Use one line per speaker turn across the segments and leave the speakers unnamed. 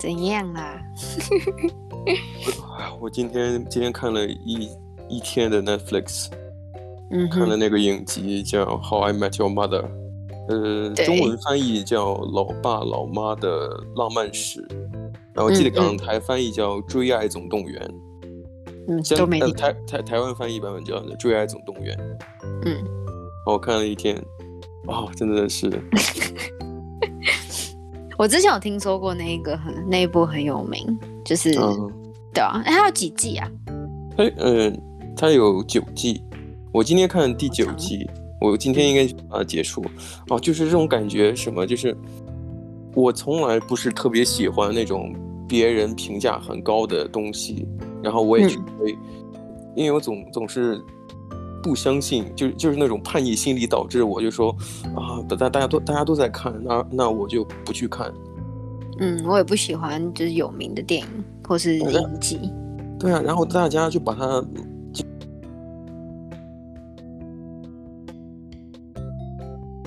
怎样啊啦？
哎我今天今天看了一一天的 Netflix，
嗯
看了
哼，
那个影集叫《How I Met Your Mother》，呃，
对
中文翻译叫《老爸老妈的浪漫史》，然后记得
嗯嗯
港台翻译叫《追爱总动员》
嗯，
香，
都没
呃
听，
台台台湾翻译版本叫《追爱总动员》。
嗯，
然后我看了一天，哦，真的是，
我之前有听说过那一个很那一部很有名，就是、
嗯，
对啊，哎，它有几季啊？
它嗯、它有九季，我今天看第九季，我今天应该把它结束。哦，就是这种感觉，什么就是，我从来不是特别喜欢那种别人评价很高的东西，然后我也
嗯
去追，因为我总总是。不相信，就就是那种叛逆心理导致，我就说啊，大大大家都大家都在看，那那我就不去看。
嗯，我也不喜欢就是有名的电影或是
我的
影集，
对啊，然后大家就把它就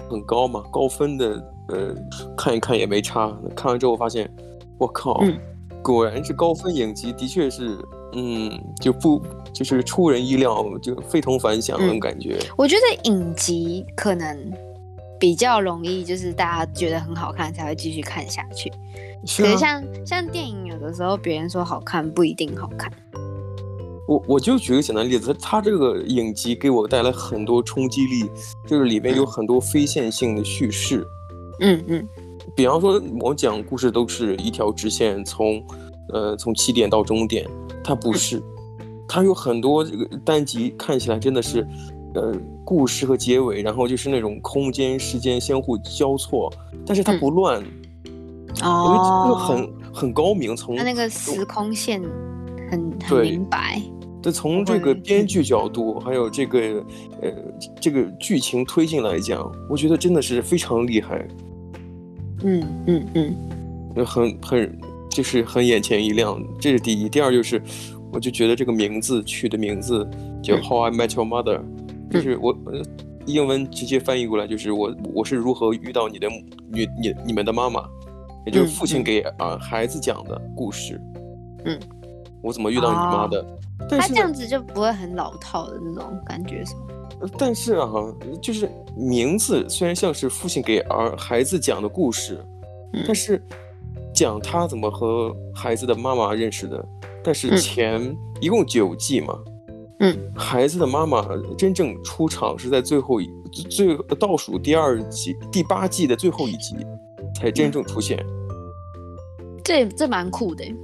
很高嘛，高分的，呃，看一看也没差。看完之后发现，我靠，
嗯
果然是高分影集，的确是，嗯，就不就是出人意料，就非同凡响那种
嗯
感觉。
我觉得影集可能比较容易，就是大家觉得很好看才会继续看下去。
是
可是
啊，
像像电影，有的时候别人说好看不一定好看。
我我就举个简单例子，它它这个影集给我带来很多冲击力，就是里面有很多非线性的叙事。
嗯嗯
比方说，我讲故事都是一条直线，从，呃，从起点到终点，它不 是，它有很多这个单集看起来真的是，呃，故事和结尾，然后就是那种空间时间相互交错，但是它不乱，我觉得这个
嗯哦，
很很高明，从
他那个时空线很很
对
明白。
这从这
嗯
个编剧角度，还有这个呃这个剧情推进来讲，我觉得真的是非常厉害，
嗯嗯嗯，
就很很就是很眼前一亮，这是第一。第二就是，我就觉得这个名字取的名字叫
嗯
《How I Met Your Mother》，就是我、呃英文直接翻译过来就是我我是如何遇到你的母你你你们的妈妈，也就是
嗯
父亲
嗯
给啊、呃孩子讲的故事。
嗯，
我怎么遇到你妈的？但
他
是呢
这样子就不会很老套的那种感觉是吗？
但是啊，就是名字虽然像是父亲给儿孩子讲的故事，
嗯
但是讲他怎么和孩子的妈妈认识的。但是
嗯
前、一共九季嘛，
嗯，
孩子的妈妈真正出场是在最后一最倒数第二集第八季的最后一集才真正出现。
这这蛮酷的欸，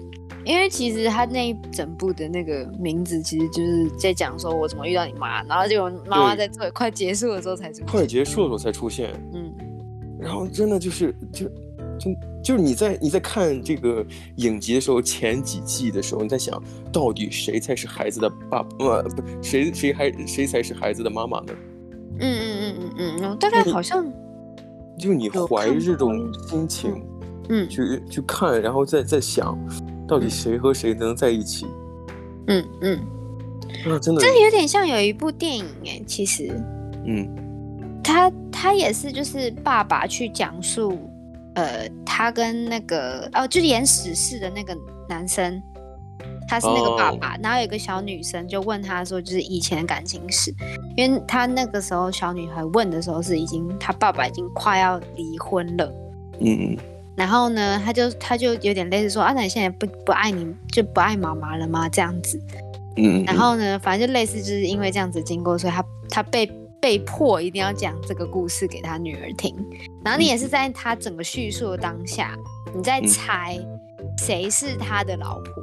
因为其实他那一整部的那个名字，其实就是在讲说我怎么遇到你妈，然后结果妈妈在最快结束的时候才出现。
快结束的时候才出现，
嗯
然后真的就是就就就是你在你在看这个影集的时候，前几季的时候，你在想到底谁才是孩子的爸呃不谁谁还谁才是孩子的妈妈呢？
嗯嗯嗯嗯嗯，我大概好像
就你
有
怀着
看
这种心情
嗯
去去看，然后再再想，到底谁和谁能在一起？
嗯嗯，
那真的，
这有点像有一部电影哎，其实
嗯
他他也是就是爸爸去讲述，呃，他跟那个哦，就是演史事的那个男生，他是那个爸爸然后有一个小女生就问他说，就是以前的感情史，因为他那个时候小女孩问的时候是已经他爸爸已经快要离婚了。
嗯嗯
然后呢，他就他就有点类似说啊，那你现在不不爱你就不爱妈妈了吗？这样子，
嗯，嗯
然后呢，反正就类似就是因为这样子经过，所以他他被被迫一定要讲这个故事给他女儿听。然后你也是在他整个叙述的当下，你在
嗯
猜谁是他的老 婆。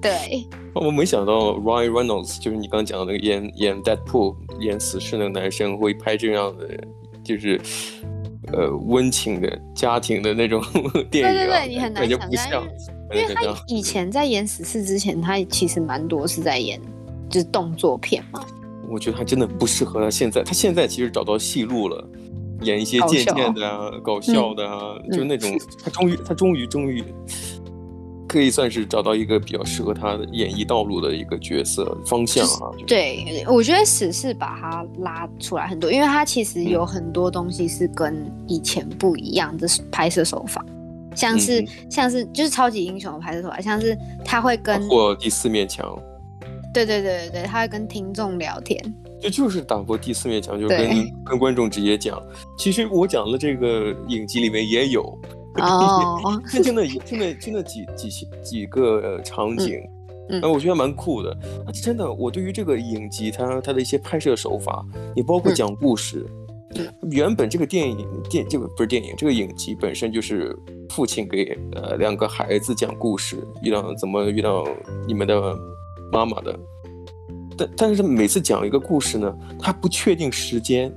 对，
我没想到 Ryan Reynolds 就是你刚刚讲的那个演演 Deadpool 演死侍那个男生会拍这样的，就是呃温情的家庭的那种电影、啊，
对对对你很难
感觉
想
不
象
像，
因为
感觉
他
不像
以前在演死侍之前，他其实蛮多是在演就是动作片嘛。
我觉得他真的不适合他现在，他现在其实找到戏路了。演一些
搞
渐
笑
渐的啊，搞笑的啊，
嗯
就是那种、他终于他终于终于可以算是找到一个比较适合他的演艺道路的一个角色方向啊。就是
对，我觉得史是把它拉出来很多，因为它其实
嗯
有很多东西是跟以前不一样的拍摄手法，像是、
嗯啊
像是就是超级英雄的拍摄手法，像是他会跟、
打破第四面墙，
对对对对对，他会跟听众聊 天，
这就是打破第四面墙，就是
对
跟跟观众直接讲。其实我讲的这个影集里面也有，
哦，
那真的真的真的几几几个呃场景，
嗯嗯
呃我觉得蛮酷的。啊真的，我对于这个影集它它的一些拍摄手法，也包括
嗯
讲故事。
嗯
原本这个电影电这个不是电影，这个影集本身就是父亲给呃两个孩子讲故事，遇到怎么遇到你们的妈妈的。但但是每次讲一个故事呢，他不确定时间，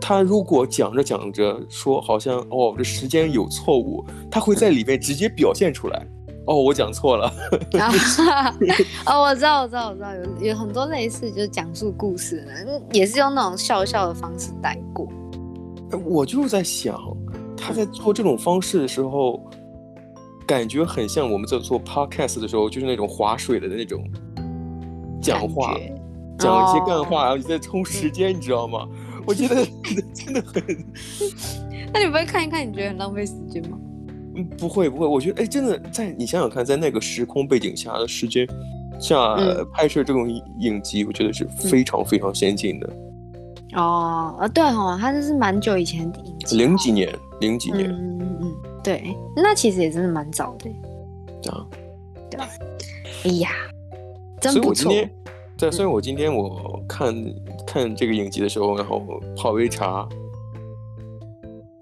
他如果讲着讲着说好像哦这时间有错误，他会在里面直接表现出来。哦，我讲错了，
然后哦，我知道我知道我知道，有有很多类似就是讲述故事的，也是用那种笑笑的方式带过，
我就是在想，他在做这种方式的时候，感觉很像我们在做 podcast 的时候，就是那种划水的那种讲话
感，觉嗯
讲一些干话，然后你在冲时间，你知道吗？我觉得 真的很
那你不会看一看，你觉得很浪费时间吗？
嗯，不会不会，我觉得哎，真的在你想想看，在那个时空背景下的时间下、
嗯
拍摄这种影集，我觉得是非常非常先进的。
哦，啊，对哦，它这是蛮久以前的影集，哦
零几年，零几年、
嗯嗯嗯，对，那其实也真的蛮早的。
啊，
哎呀，真
所以
不
我今
错。嗯
天，对，所以我今天我看看这个影集的时候，然后泡杯茶，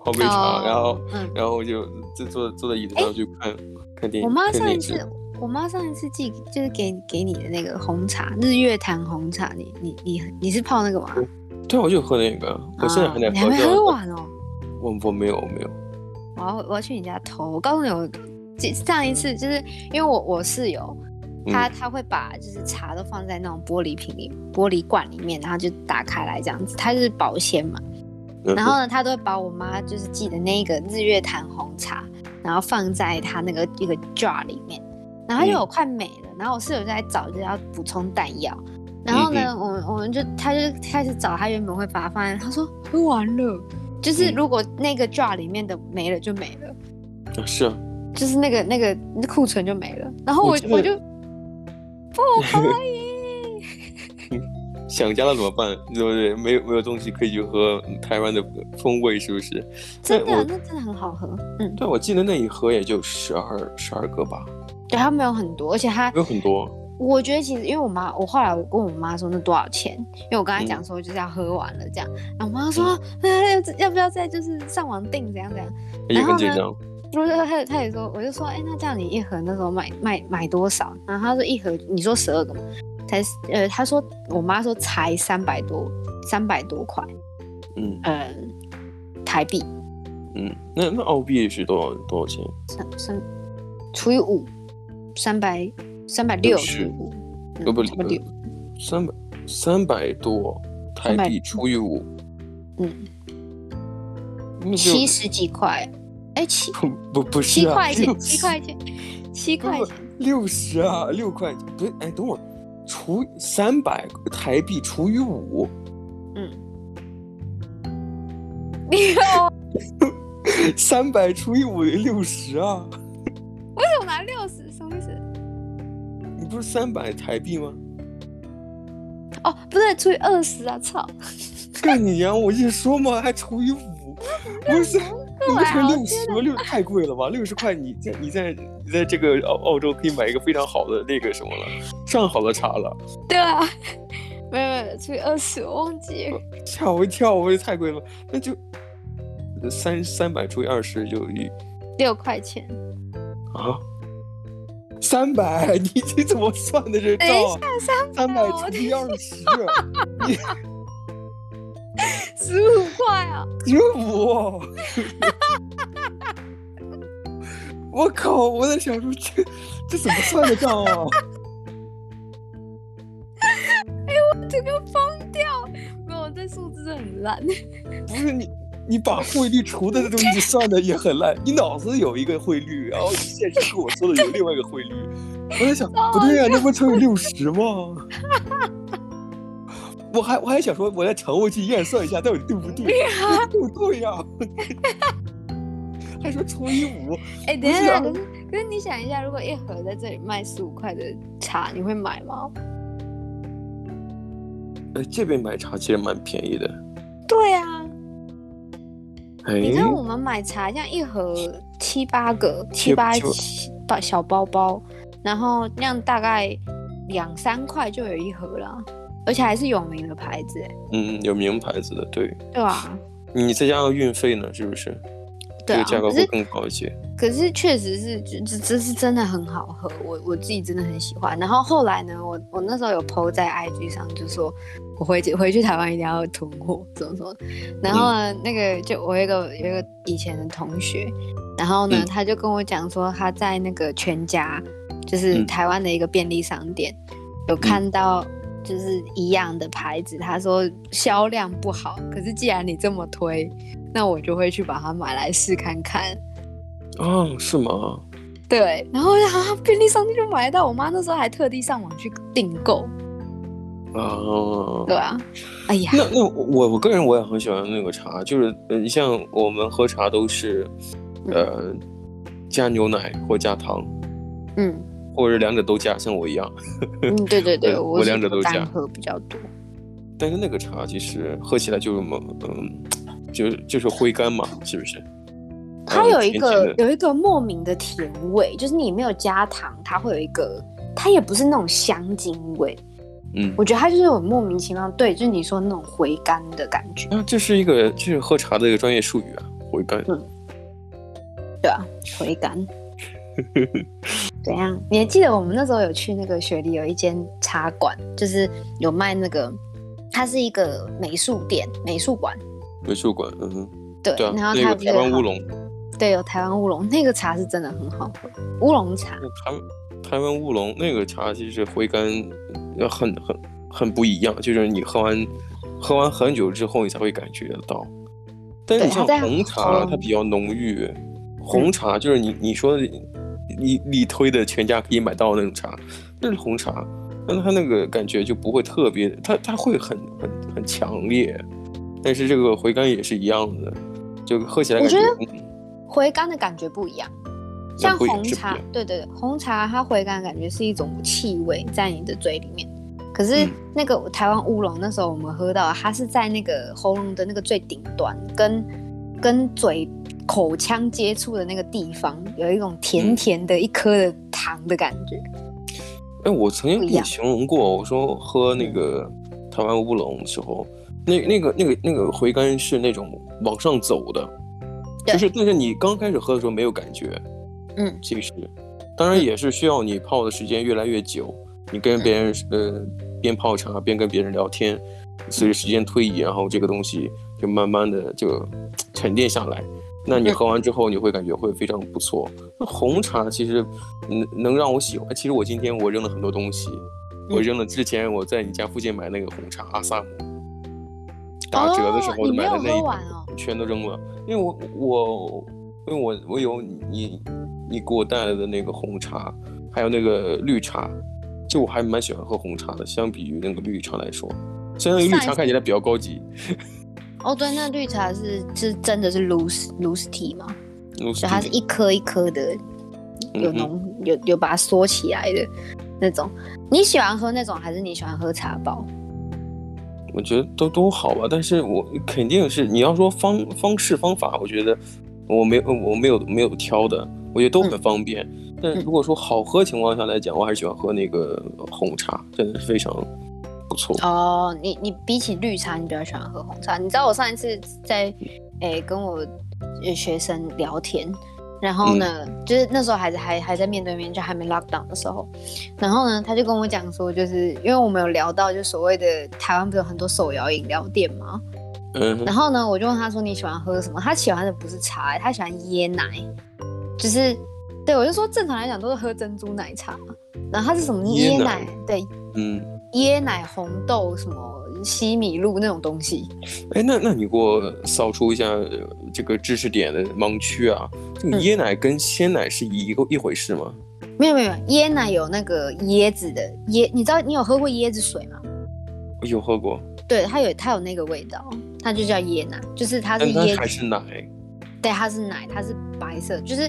泡杯茶，
哦
然后
嗯，哎
然后我就就坐坐在椅子上去看、看电影。
我妈
看
上一
电视
次，我妈上一次寄就是给给你的那个红茶，日月潭红茶，你你你你是泡那个吗？
对，啊我就喝那个，我现在还在
啊
喝。
你还没
这样
喝完哦。
我我没有我没有。
我要我要去你家偷。我告诉你，我这上一次就是因为我我室友，
嗯
他他会把就是茶都放在那种玻璃瓶里、玻璃罐里面，然后就打开来这样子，它就是保鲜嘛。
嗯
然后呢，他都会把我妈就是寄的那个日月潭红茶，然后放在他那个一个 jar 里面，然
嗯
后因为我快没了，然后我室友就在找，就是要补充弹药。然后
嗯
呢，我们我们就他就开始找他原本会把它放在，他说喝完了，就是
嗯
如果那个 jar 里面的没了就没了，
啊是啊，
就是那个那个那库存就没了。然后我
我记得
我就不可以，
想家了怎么办？对不对？没有没有东西可以去喝台湾的风味，是不是？
真
对
的
我
那真的很好喝，嗯，
对，我记得那一盒也就十二十二个吧，
对，它没有很多，而且它
没有很多。
我觉得其实，因为我妈，我后来我跟我妈说那多少钱，因为我跟她讲说就是要喝完了这样，然后我妈说，哎要要不要再就是上网订怎样怎样，
也
然后
很
呢
紧张。
我就她她也说，我就说，哎、那这样你一盒那时候买买买多少？然后她说一盒，你说十二个嘛，才呃，她说我妈说才三百多，三百多块，
嗯
嗯、台币，
嗯，那那澳币是多少多少钱？
三三除以五，三百三百六
60
十五，嗯
不不
差不多六，
三百三百多台
300
币除以五，
嗯，
那就
七十几块，哎、七。
不不不是
七
啊，
块
六
钱，七块钱，七块钱，
六十啊，六块不是？哎，等会儿除三百台币除以五，
嗯，
三百除以五六十啊，
为什么拿六十？什么意思？
你不是三百台币吗？
哦，不对，除以二十啊！操，
干你娘！我一说嘛，还除以五，不是。你不
怪
成
啊
六十吗？六十太贵了吧？六十块你在你在你在这个澳澳洲可以买一个非常好的那个什么了，上好的茶了，
对啊， 没有没有，除以二十，我忘记
哦
了。
吓我一跳，我也太贵了，那就三三百除以二十就一
六块钱，
啊，三百，你你怎么算的这
等一
账
下？三
三百
我
除
的
以二十，啊
十五块啊！
十五。哦 我靠！我在想说这这怎么算的账啊？
整个疯掉，没有，我对数字真的很烂。
不是你，你把汇率除的这东西算的也很烂，你脑子有一个汇率，然后现实跟我说的有另外一个汇率，我 在想
哦
不对呀、啊，那不乘以六十吗？ 我还我还想说，我再乘过去验算一下到底对不对，对不对呀、 还说除以五，
哎，
不
等一
是
下，
啊
可是可是你想一下，如果一盒在这里卖十五块的茶，你会买吗？
呃，这边买茶其实蛮便宜的，
对啊，你
哎
知，道我们买茶，像一盒七八个、
七
七八
七八
七八小包包，然后那样大概两三块就有一盒了，而且还是有名的牌子，哎
嗯，有名牌子的，对，
对啊？
你再加上运费呢，是不是？
对啊，
这个价格
可
会
是
更高一些。
可是确实是，这这这是真的很好喝，我我自己真的很喜欢。然后后来呢，我我那时候有 PO 在 IG 上，就说我回去回去台湾一定要囤货，怎么说？然后呢，那个就我有一个有一个以前的同学，然后呢，
嗯
他就跟我讲说他在那个全家，就是
嗯
台湾的一个便利商店，有看到就是一样的牌子，他说销量不好，可是既然你这么推，那我就会去把它买来试看看。
啊，是吗？
对，然后我就想啊，便利商店就买得到。我妈那时候还特地上网去订购，
啊，
对啊。哎呀，
那那我我个人我也很喜欢那个茶，就是嗯，像我们喝茶都是，呃，加牛奶或加糖，
嗯
或者两者都加，像我一样。
嗯，对对对，
我
我是
两者都加
单喝比较多。
但是那个茶其实喝起来就是么，嗯，就就是灰干嘛，是不是？
它
呃
有一
甜
个
甜的
有一个莫名的甜味，就是你没有加糖，它会有一个，它也不是那种香精味，
嗯，
我觉得它就是有莫名其妙，对，就是你说那种回甘的感觉。
那这是一个这是喝茶的一个专业术语啊，回甘。
对啊，回甘。怎样？你还记得我们那时候有去那个雪梨有一间茶馆，就是有卖那个，它是一个美术店、美术馆，
美术馆，嗯哼，
对。
对啊，
然后
那
它
个
有
台湾乌
好
龙，
对，有台湾乌龙，那个茶是真的很好喝，乌龙茶。
那台湾台湾乌龙那个茶其实回甘呃很很很不一样，就是你喝完喝完很久之后，你才会感觉得到。但是
对
你像
它在嗯
红
喉
茶，
咙
它比较浓郁。红茶就是你你说的你你推的全家可以买到的那种茶，那是红茶，但它那个感觉就不会特别，它它会很很很强烈。但是这个回甘也是一样的，就喝起来
我
感觉
觉
嗯
回甘的感觉不一样，像
不一样
红
是不一
茶
样，
对对对，红茶它回甘的感觉是一种气味在你的嘴里面。可是
嗯
那个台湾乌龙那时候我们喝到，它是在那个喉咙的那个最顶端，跟跟嘴口腔接触的那个地方，有一种甜
嗯
甜的一颗的糖的感觉。
哎，我曾经
不
跟
一
你
样嗯
形容过，我说喝那个台湾乌龙的时候，那那个那个那个回甘是那种往上走的，
对
就是但是你刚开始喝的时候没有感觉，
嗯，
其实当然也是需要你泡的时间越来越久，你
嗯
跟别人、呃边泡茶边跟别人聊天，随着时间推移，然后这个东西就慢慢的就沉淀下来。那你
嗯
喝完之后，你会感觉会非常不错。那红茶其实能能让我喜欢。其实我今天我扔了很多东西，我扔了之前我在你家附近买那个红茶阿萨姆，打折的时候我
你
就买
没有
了那一
喝
桶
完，哦，
全都扔了，因为我我因为我我有你你给我带来的那个红茶，还有那个绿茶，就我还蛮喜欢喝红茶的，相比于那个绿茶来说，虽然那个绿
上
茶
一次
看起来比较高级，
哦对，那绿茶是是真的是 loose loose tea 吗？
就
就它是一颗一颗的，有
嗯嗯哼
浓有有把它缩起来的那种。你喜欢喝那种，还是你喜欢喝茶包？
我觉得都都好吧，但是我肯定是你要说方方式方法，我觉得我没我没有没有挑的，我觉得都很方便。
嗯
但如果说好喝情况下来讲，我还是喜欢喝那个红茶，真的是非常不错。
哦，你你比起绿茶，你比较喜欢喝红茶。你知道我上一次在诶、跟我呃学生聊天，然后呢，
嗯
就是那时候还是还还在面对面，就还没 lockdown 的时候，然后呢，他就跟我讲说，就是因为我们有聊到，就所谓的台湾不是有很多手摇饮料店吗？
嗯哼
然后呢，我就问他说你喜欢喝什么？他喜欢的不是茶、欸他喜欢椰奶，就是对我就说正常来讲都是喝珍珠奶茶，然后他是什么
椰
椰
奶
奶？对
嗯，
椰奶红豆什么西米露那种东西。
哎，那那你给我扫除一下呃这个知识点的盲区啊！这个
嗯
椰奶跟鲜奶是一个一回事吗？
没有没有，椰奶有那个椰子的椰，你知道你有喝过椰子水吗？
我有喝过，
对，它有它有那个味道，它就叫椰奶，就是它是
但它
椰
哎还是 奶。
对，它是奶，它是白色，就是，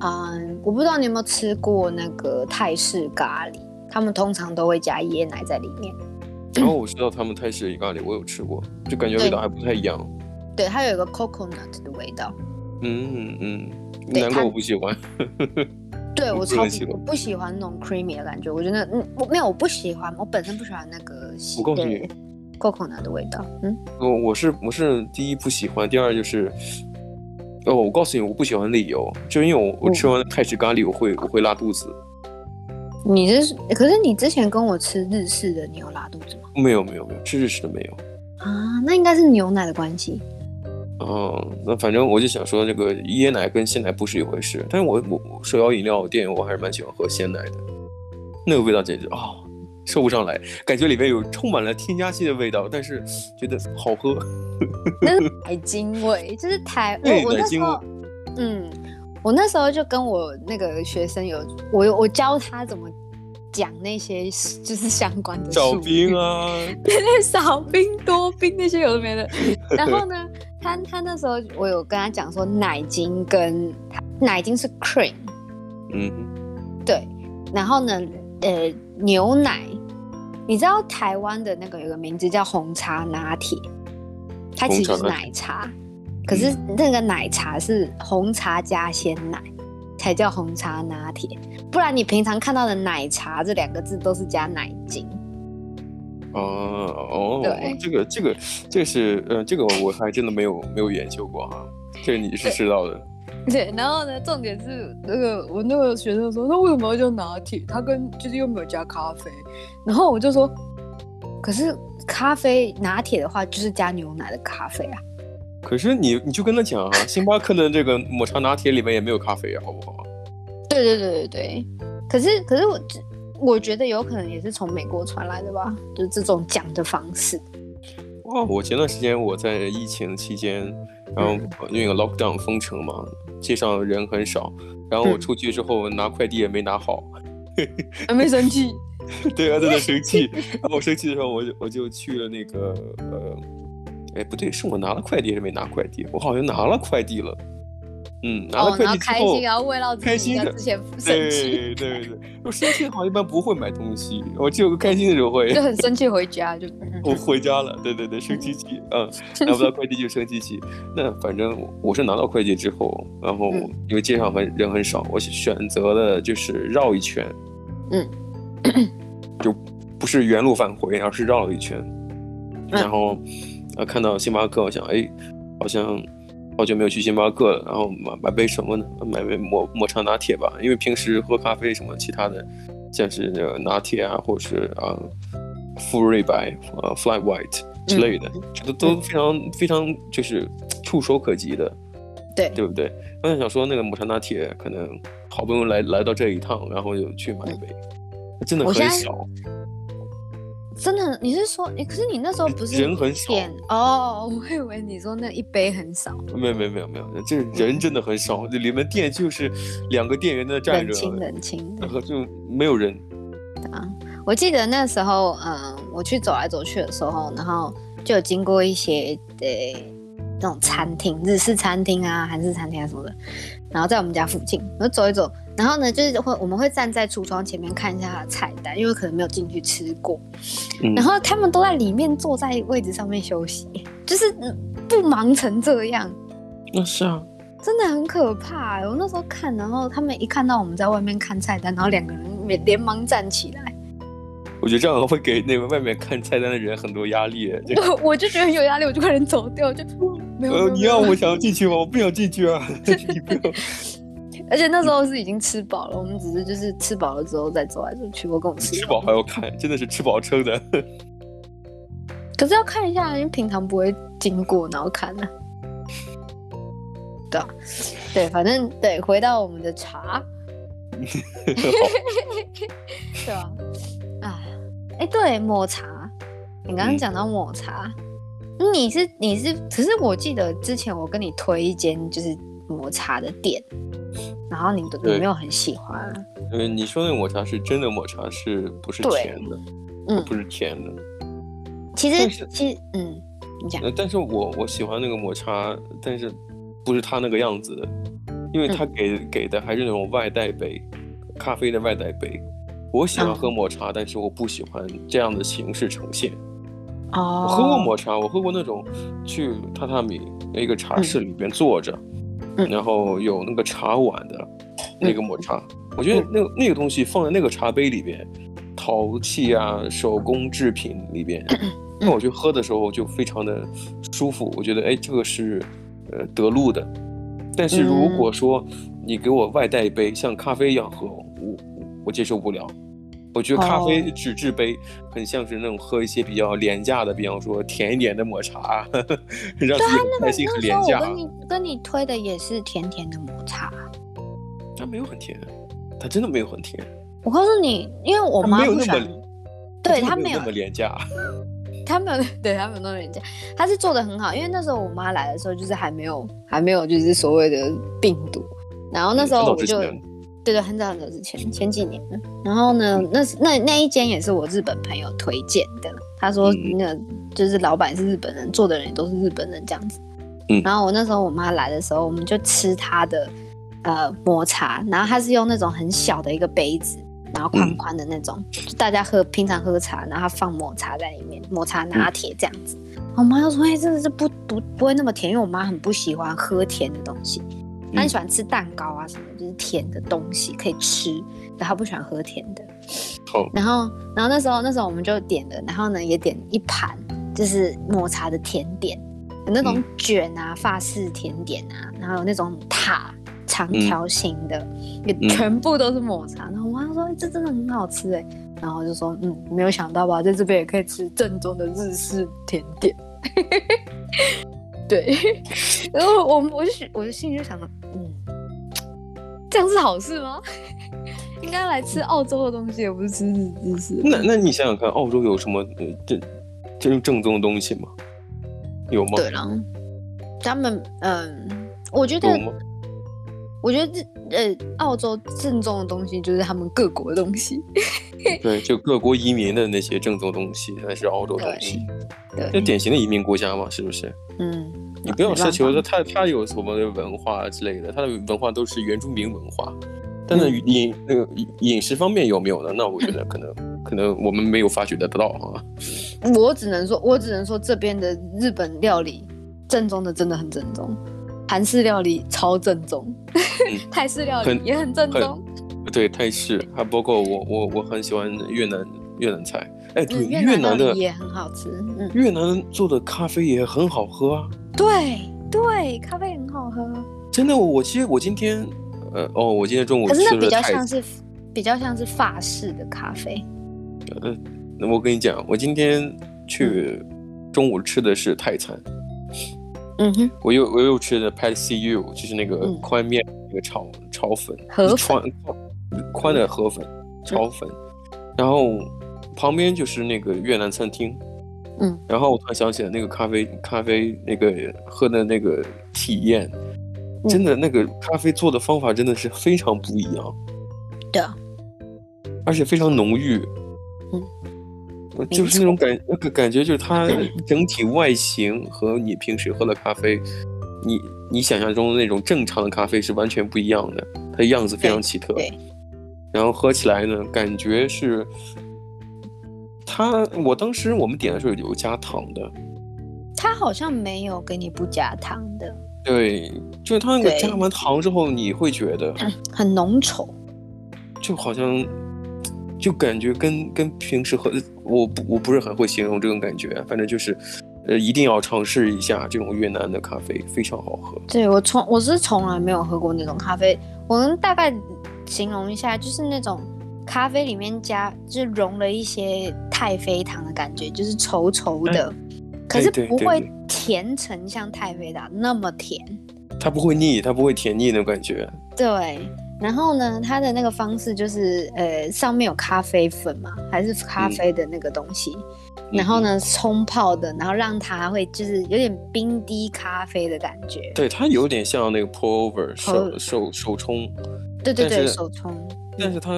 嗯，我不知道你有没有吃过那个泰式咖喱，他们通常都会加椰奶在里面。
然后我知道他们泰式咖喱，我有吃过，就感觉味道还不太一样。
对，它有一个 coconut 的味道。
嗯嗯，
对
难怪
它
我不喜欢。
对
我不
我超
能喜
级
欢
我不喜欢那种 creamy 的感觉，我觉得嗯，我没有我不喜欢，我本身不喜欢那个
我告诉你
对 coconut 的味道。嗯，
我呃我是我是第一不喜欢，第二就是，哦，我告诉你我不喜欢的理由，就因为我我
嗯
吃完泰式咖喱我会我会拉肚子。
你这是可是你之前跟我吃日式的，你有拉肚子吗？
没有没有没有，吃日式的没有。
啊，那应该是牛奶的 关系。
哦，那反正我就想说，这个椰奶跟鲜奶不是一回事。但是我我我手摇饮料店我还是蛮喜欢喝鲜奶的，那个味道简直啊、哦，说不上来，感觉里面有充满了添加剂的味道，但是觉得好喝。
那是奶精味，就是台
对
我我
奶
那
精
时
味
候，嗯，我那时候就跟我那个学生有，我有我教他怎么讲那些 就是相关的
找
术语
冰， 啊，
少冰多冰那些有的没的。 然后呢，他他那时候我有跟他讲说奶精跟奶精是 cream，
嗯，
对，然后呢，呃，牛奶，你知道台湾的那个有个名字叫红茶拿铁，它其实就
红
是
茶拿
奶茶，可是那个奶茶是红茶加鲜奶。才叫红茶拿铁，不然你平常看到的“奶茶”这两个字都是加奶精。
啊哦
对，
这个这个这是呃，这个我还真的没有没有研究过哈、这个你是
对
知道的。
对，然后呢，重点是那个我那个学生说，那为什么要叫拿铁？他跟就是又没有加咖啡。然后我就说，可是咖啡拿铁的话，就是加牛奶的咖啡啊。
可是你你就跟他讲啊，星巴克的这个抹茶拿铁里面也没有咖啡啊，好不好？
对对对对对。可是可是我我觉得有可能也是从美国传来的吧，就是这种讲的方式。
哦，我前段时间我在疫情期间，然后
嗯
因为 lockdown 封城嘛，街上人很少，然后我
嗯
出去之后拿快递也没拿好，
还没生气？
对啊，他在生 气。然后我生气的时候，我就我就去了那个呃，哎不对，是我拿了快递还是没拿快递？我好像拿了快递了，嗯，拿了
哦，
快
然后
递之
开
后
心，，然后慰劳
开
自己
心
在
的
之前生气，
对对对，我生气好像一般不会买东西，我只有个开心的时候 会。
就很生气回家就。
我回家了，对对对，生气气，嗯， 拿不到快递就生气气。那反正我我是拿到快递之后，然后
嗯
因为街上很人很少，我选择了就是绕一圈，
嗯，
就不是原路返回，而是绕了一圈。
嗯
然后呃，看到星巴克，我想哎，好像好久没有去星巴克了，然后买买杯什么呢？买杯抹抹茶拿铁吧，因为平时喝咖啡什么其他的，像是那个拿铁啊，或者是啊馥芮白啊 Fly White 之类
嗯
的，这个都非常、非常就是触手可及的，
对
对不对？我想说那个抹茶拿铁，可能好不容易来来到这一趟，然后就去买一杯，真的
我
很
现在
小，
真的，你是说，你可是你那时候不是
人很少
点哦？我以为你说那一杯很少，
没有没有没有没有，这人真的很少，这里面店就是两个店员在那站
冷
着，
清冷清。
然后就没有人。
我记得那时候，嗯，我去走来走去的时候，然后就有经过一些呃那种餐厅，日式餐厅啊、韩式餐厅啊什么的，然后在我们家附近，我就走一走，然后呢，就是会我们会站在橱窗前面看一下它的菜单，因为可能没有进去吃过，
嗯
然后他们都在里面坐在位置上面休息，就是嗯不忙成这样。
那是啊，
真的很可怕欸、我那时候看，然后他们一看到我们在外面看菜单，然后两个人连连忙站起来，
我觉得这样会给那个外面看菜单的人很多压力。这个
我就觉得很有压力，我就快点走掉，我就没有。没有
呃，你
没有
让我想进去吗？我不想进去 啊！ 你不要。
而且那时候是已经吃饱了，我们只是就是吃饱了之后再走来走去。我跟我
吃 饱还要看，真的是吃饱撑的。
可是要看一下，因为平常不会经过，然后看的、 对啊，对，反正对，回到我们的茶，对吧、啊？哎，对，抹茶，你刚刚
嗯
讲到抹茶，你是你是，可是我记得之前我跟你推一间就是抹茶的店，然后你都你
对
没有很喜欢，啊
呃，你说的抹茶是真的抹茶，是不是
对
甜的？
嗯
不是甜的。
其
但
实
是
其实嗯，你讲
呃，但是我我喜欢那个抹茶，但是不是它那个样子的，因为它
嗯
给、给的还是那种外带杯，咖啡的外带杯。我喜欢
嗯
喝抹茶，但是我不喜欢这样的形式呈现。
哦，
我喝过抹茶，我喝过那种去榻榻米那个茶室里边坐着，
嗯
然后有那个茶碗的那个抹茶，我觉得那个那个东西放在那个茶杯里边，陶器啊、手工制品里边，那我就喝的时候就非常的舒服，我觉得哎，这个是呃得路的。但是如果说你给我外带一杯像咖啡一样喝，我我接受不了。我觉得咖啡
哦
纸质杯很像是那种喝一些比较廉价的，比方说甜一点的抹茶 啊，呵呵让自己很开心很
那时
廉
候
价啊
我。跟你跟你推的也是甜甜的抹茶。
它没有很甜，它真的没有很甜，
我告诉你，因为我
它
妈
没有
不
那
喜
么
欢，对
它
她
真的
没
没
有
那么廉价。
他没有， 对他没有弄人家，他是做的很好，因为那时候我妈来的时候，就是还没有还没有就是所谓的病毒，然后那时候
嗯很
我就、
早之前
对对，很早很早之前前几年了。然后呢，那是那那一间也是我日本朋友推荐的，他说
嗯
那个就是老板是日本人，做的人也都是日本人这样子。
嗯
然后我那时候我妈来的时候，我们就吃她的呃抹茶，然后它是用那种很小的一个杯子，然后宽
嗯
宽的那种，就大家喝平常喝茶，然后它放抹茶在里面，抹茶
嗯
拿铁这样子。我妈就说：“哎、真的是不不不会那么甜，因为我妈很不喜欢喝甜的东西，
嗯
她很喜欢吃蛋糕啊什么，就是甜的东西可以吃，但她不喜欢喝甜的。
好，
然后，然后那时候那时候我们就点了，然后呢也点一盘就是抹茶的甜点，有那种
嗯
卷啊、法式甜点啊，然后有那种塔长条形的，也
嗯
全部都是抹茶。然后我妈说、哎这真的很好吃哎、然后我就说嗯，没有想到吧，在这边也可以吃正宗的日式甜点。 对，然后我我就我就心里就想着，嗯，这样是好事吗？ 应该来吃澳洲的东西，而不是吃日日式的。
那那你想想看，澳洲有什么呃真真正宗的东西吗？有吗？
对了，他们嗯，我觉得
有吗？
我觉得这呃，澳洲正宗的东西就是他们各国的东西。
对，就各国移民的那些正宗东西，那是澳洲东西，这
对，
典型的移民国家嘛，是不是？
嗯，
你不要奢求
没
说它它有什么文化之类的，它的文化都是原住民文化。
嗯
但是饮那个饮饮食方面有没有呢？那我觉得可能可能我们没有发掘得到啊。
我只能说，我只能说这边的日本料理正宗的真的很正宗，韩式料理超正宗，
嗯
泰式料理
很
也很正
很
宗。
对，泰式，还包括我我我很喜欢越南越南菜。哎，对，
嗯，
越
越南
南
料
的
理也很好吃。嗯，
越南做的咖啡也很好喝啊。
对对，咖啡很好喝，
真的，我我其实我今天，呃，哦，我今天中午
可是
吃
那比
了
较
泰
像是比较像是法式的咖啡。
那我跟你讲，我今天去中午吃的是泰餐，
嗯哼，
我又我又吃的 Pad See You，就是那个
嗯
宽面那个炒炒粉，
河嗯
就是宽宽的河粉炒粉，然后旁边就是那个越南餐厅。
嗯，
然后我突然想起来，那个咖啡，咖啡那个喝的那个体验，
嗯
真的那个咖啡做的方法真的是非常不一样。
对啊。
而且非常浓郁。
嗯
呃，就是那种感那个感觉，就是它整体外形和你平时喝的咖啡，你你想象中的那种正常的咖啡是完全不一样的，它的样子非常奇特。
对
然后喝起来呢，感觉是它，我当时我们点的时候有加糖的，
它好像没有给你不加糖的，
对，就是它那个
对
加完糖之后，你会觉得
很浓稠。
就好像就感觉跟跟平时喝，我不我不是很会形容这种感觉，啊反正就是，呃，一定要尝试一下这种越南的咖啡，非常好喝。
对我从我是从来没有喝过那种咖啡，我能大概形容一下，就是那种咖啡里面加就是融了一些太妃糖的感觉，就是稠稠的，可是
嗯对对
不
对
会
对
甜成像太妃糖那么甜。
它不会腻，它不会甜腻的感觉。
对，然后呢，它的那个方式就是，呃，上面有咖啡粉嘛，还是
嗯
咖啡的那个东西，然后呢，冲泡的，然后让它会就是有点冰滴咖啡的感觉。
对，它有点像那个 pour over 手
Pour-
手手冲，
对对
但
对，
是
手冲。
但是它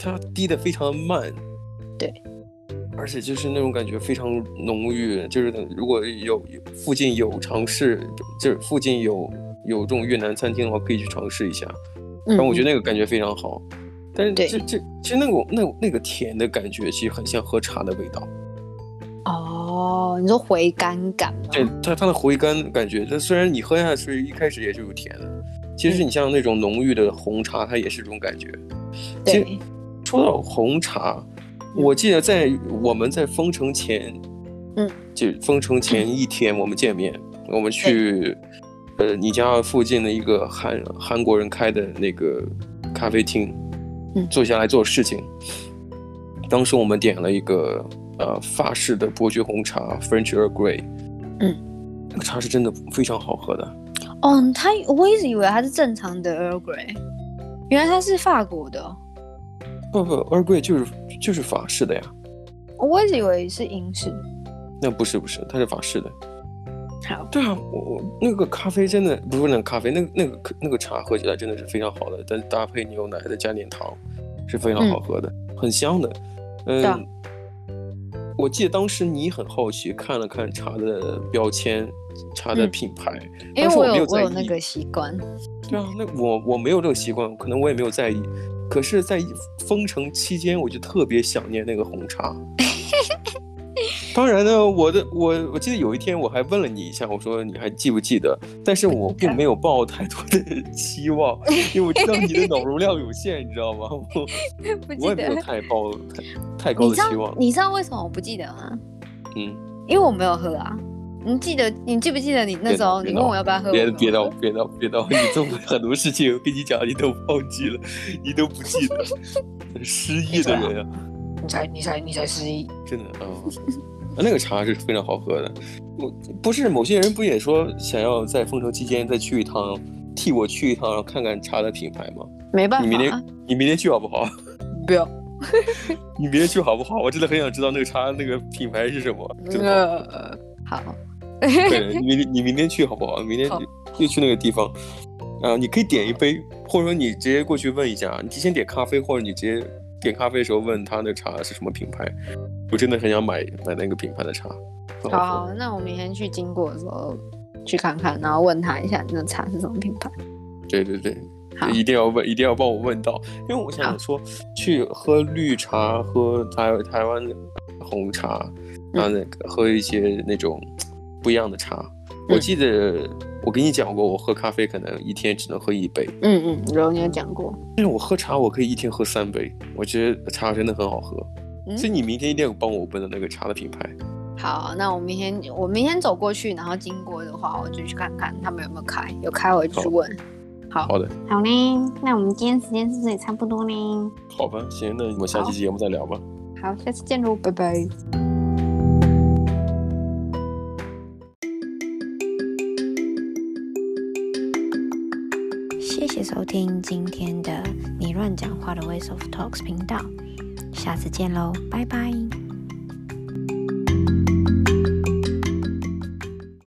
它滴的非常慢，
对，
而且就是那种感觉非常浓郁，就是如果有附近有尝试，就是附近有有这种越南餐厅的话，可以去尝试一下。
嗯，
但我觉
得
得那个感觉非常好，但是
对
这这其实那种那那个甜的感觉，其实很像喝茶的味道。
哦，你说回甘感吗？
对它它的回甘感觉，它虽然你喝下去一开始也是有甜的，其
嗯
实你像那种浓郁的红茶，它也是这种感觉。其实
对，
说到红茶，我记得在我们在封城前，
嗯，
就封城前一天我们见面，我们去呃你家附近的一个韩韩国人开的那个咖啡厅，
嗯
坐下来做事情。当时我们点了一个呃法式的伯爵红茶 French Earl Grey，
嗯，
那个茶是真的非常好喝的。
哦，它我一直以为它是正常的 Earl Grey，原来它是法国的哦、
不不，Earl Grey 就是就是法式的呀，
我一直以为是英式。
那不是不是，它是法式的。
好，
对啊，我我那个咖啡真的不是那个咖啡，那个那个那个茶喝起来真的是非常好的，但是搭配牛奶再加点糖，是非常好喝的，很香的。嗯，
嗯对啊
我记得当时你很好奇，看了看茶的标签、茶的
嗯
品牌，
因
但
为
是
我
没有
我
在
有
意。
那个习惯。
对啊，那我我没有这个习惯，可能我也没有在意。可是，在封城期间，我就特别想念那个红 茶。当然呢，我的我我记得有一天我还问了你一下，我说你还记不记得？但是我并没有抱太多的期 望，因为我知道你的脑容量有限，你知道吗？我
不
我也没有太抱太太高
你
的
知道
期望。
你知道为什么我不记得吗？
嗯，
因为我没有喝啊。你记得你记不记得你那时候
别
你
闹
问我要不要喝？
别
呃我没有
别闹
喝
别闹别闹，你做 过很多事情，我跟你讲，你都忘记了，你都不记 得，失忆的人啊。
你才你才你才失忆。
真的啊、 那个茶是非常好喝的。我不是某些人不也说想要在封城期间再去一趟，替我去一趟，然后看看茶的品牌吗？
没办
你明
法、
天
啊，
你明天去好不 好？
不要。
你明天去好不好？我真的很想知道那个茶那个品牌是什么。真的
呃，好，
对，你明你明天去好不好？明天
好
就去那个地方，啊、你可以点一杯，或者说你直接过去问一下，你提前点咖啡，或者你直接点咖啡的时候问他那茶是什么品牌。我真的很想买买那个品牌的茶，很
好啊
喝
好，那我明天去经过的时候去看看，然后问他一下那茶是什么品牌。
对对对
好，
一定要问，一定要帮我问到，因为我想说，去喝绿茶，喝台台湾的红茶，
嗯
然后那个喝一些那种不一样的茶。
嗯
我记得我跟你讲过，我喝咖啡可能一天只能喝一杯，
嗯嗯，柔你有讲过，
但是我喝茶我可以一天喝三杯，我觉得茶真的很好喝。
嗯
所以你明天一定要帮我问的那个茶的品牌。
好，那我明天我明天走过去，然后经过的话，我就去看看他们有没有开，有开我就去问。好，
好的，
好嘞，那我们今天时间是不是也差不多呢？
好吧，行，那我们下
好
期节目再聊吧。
好，下次见喽，拜拜。谢谢收听今天的你乱讲话的 Ways of Talks 频道，下次见喽，拜拜。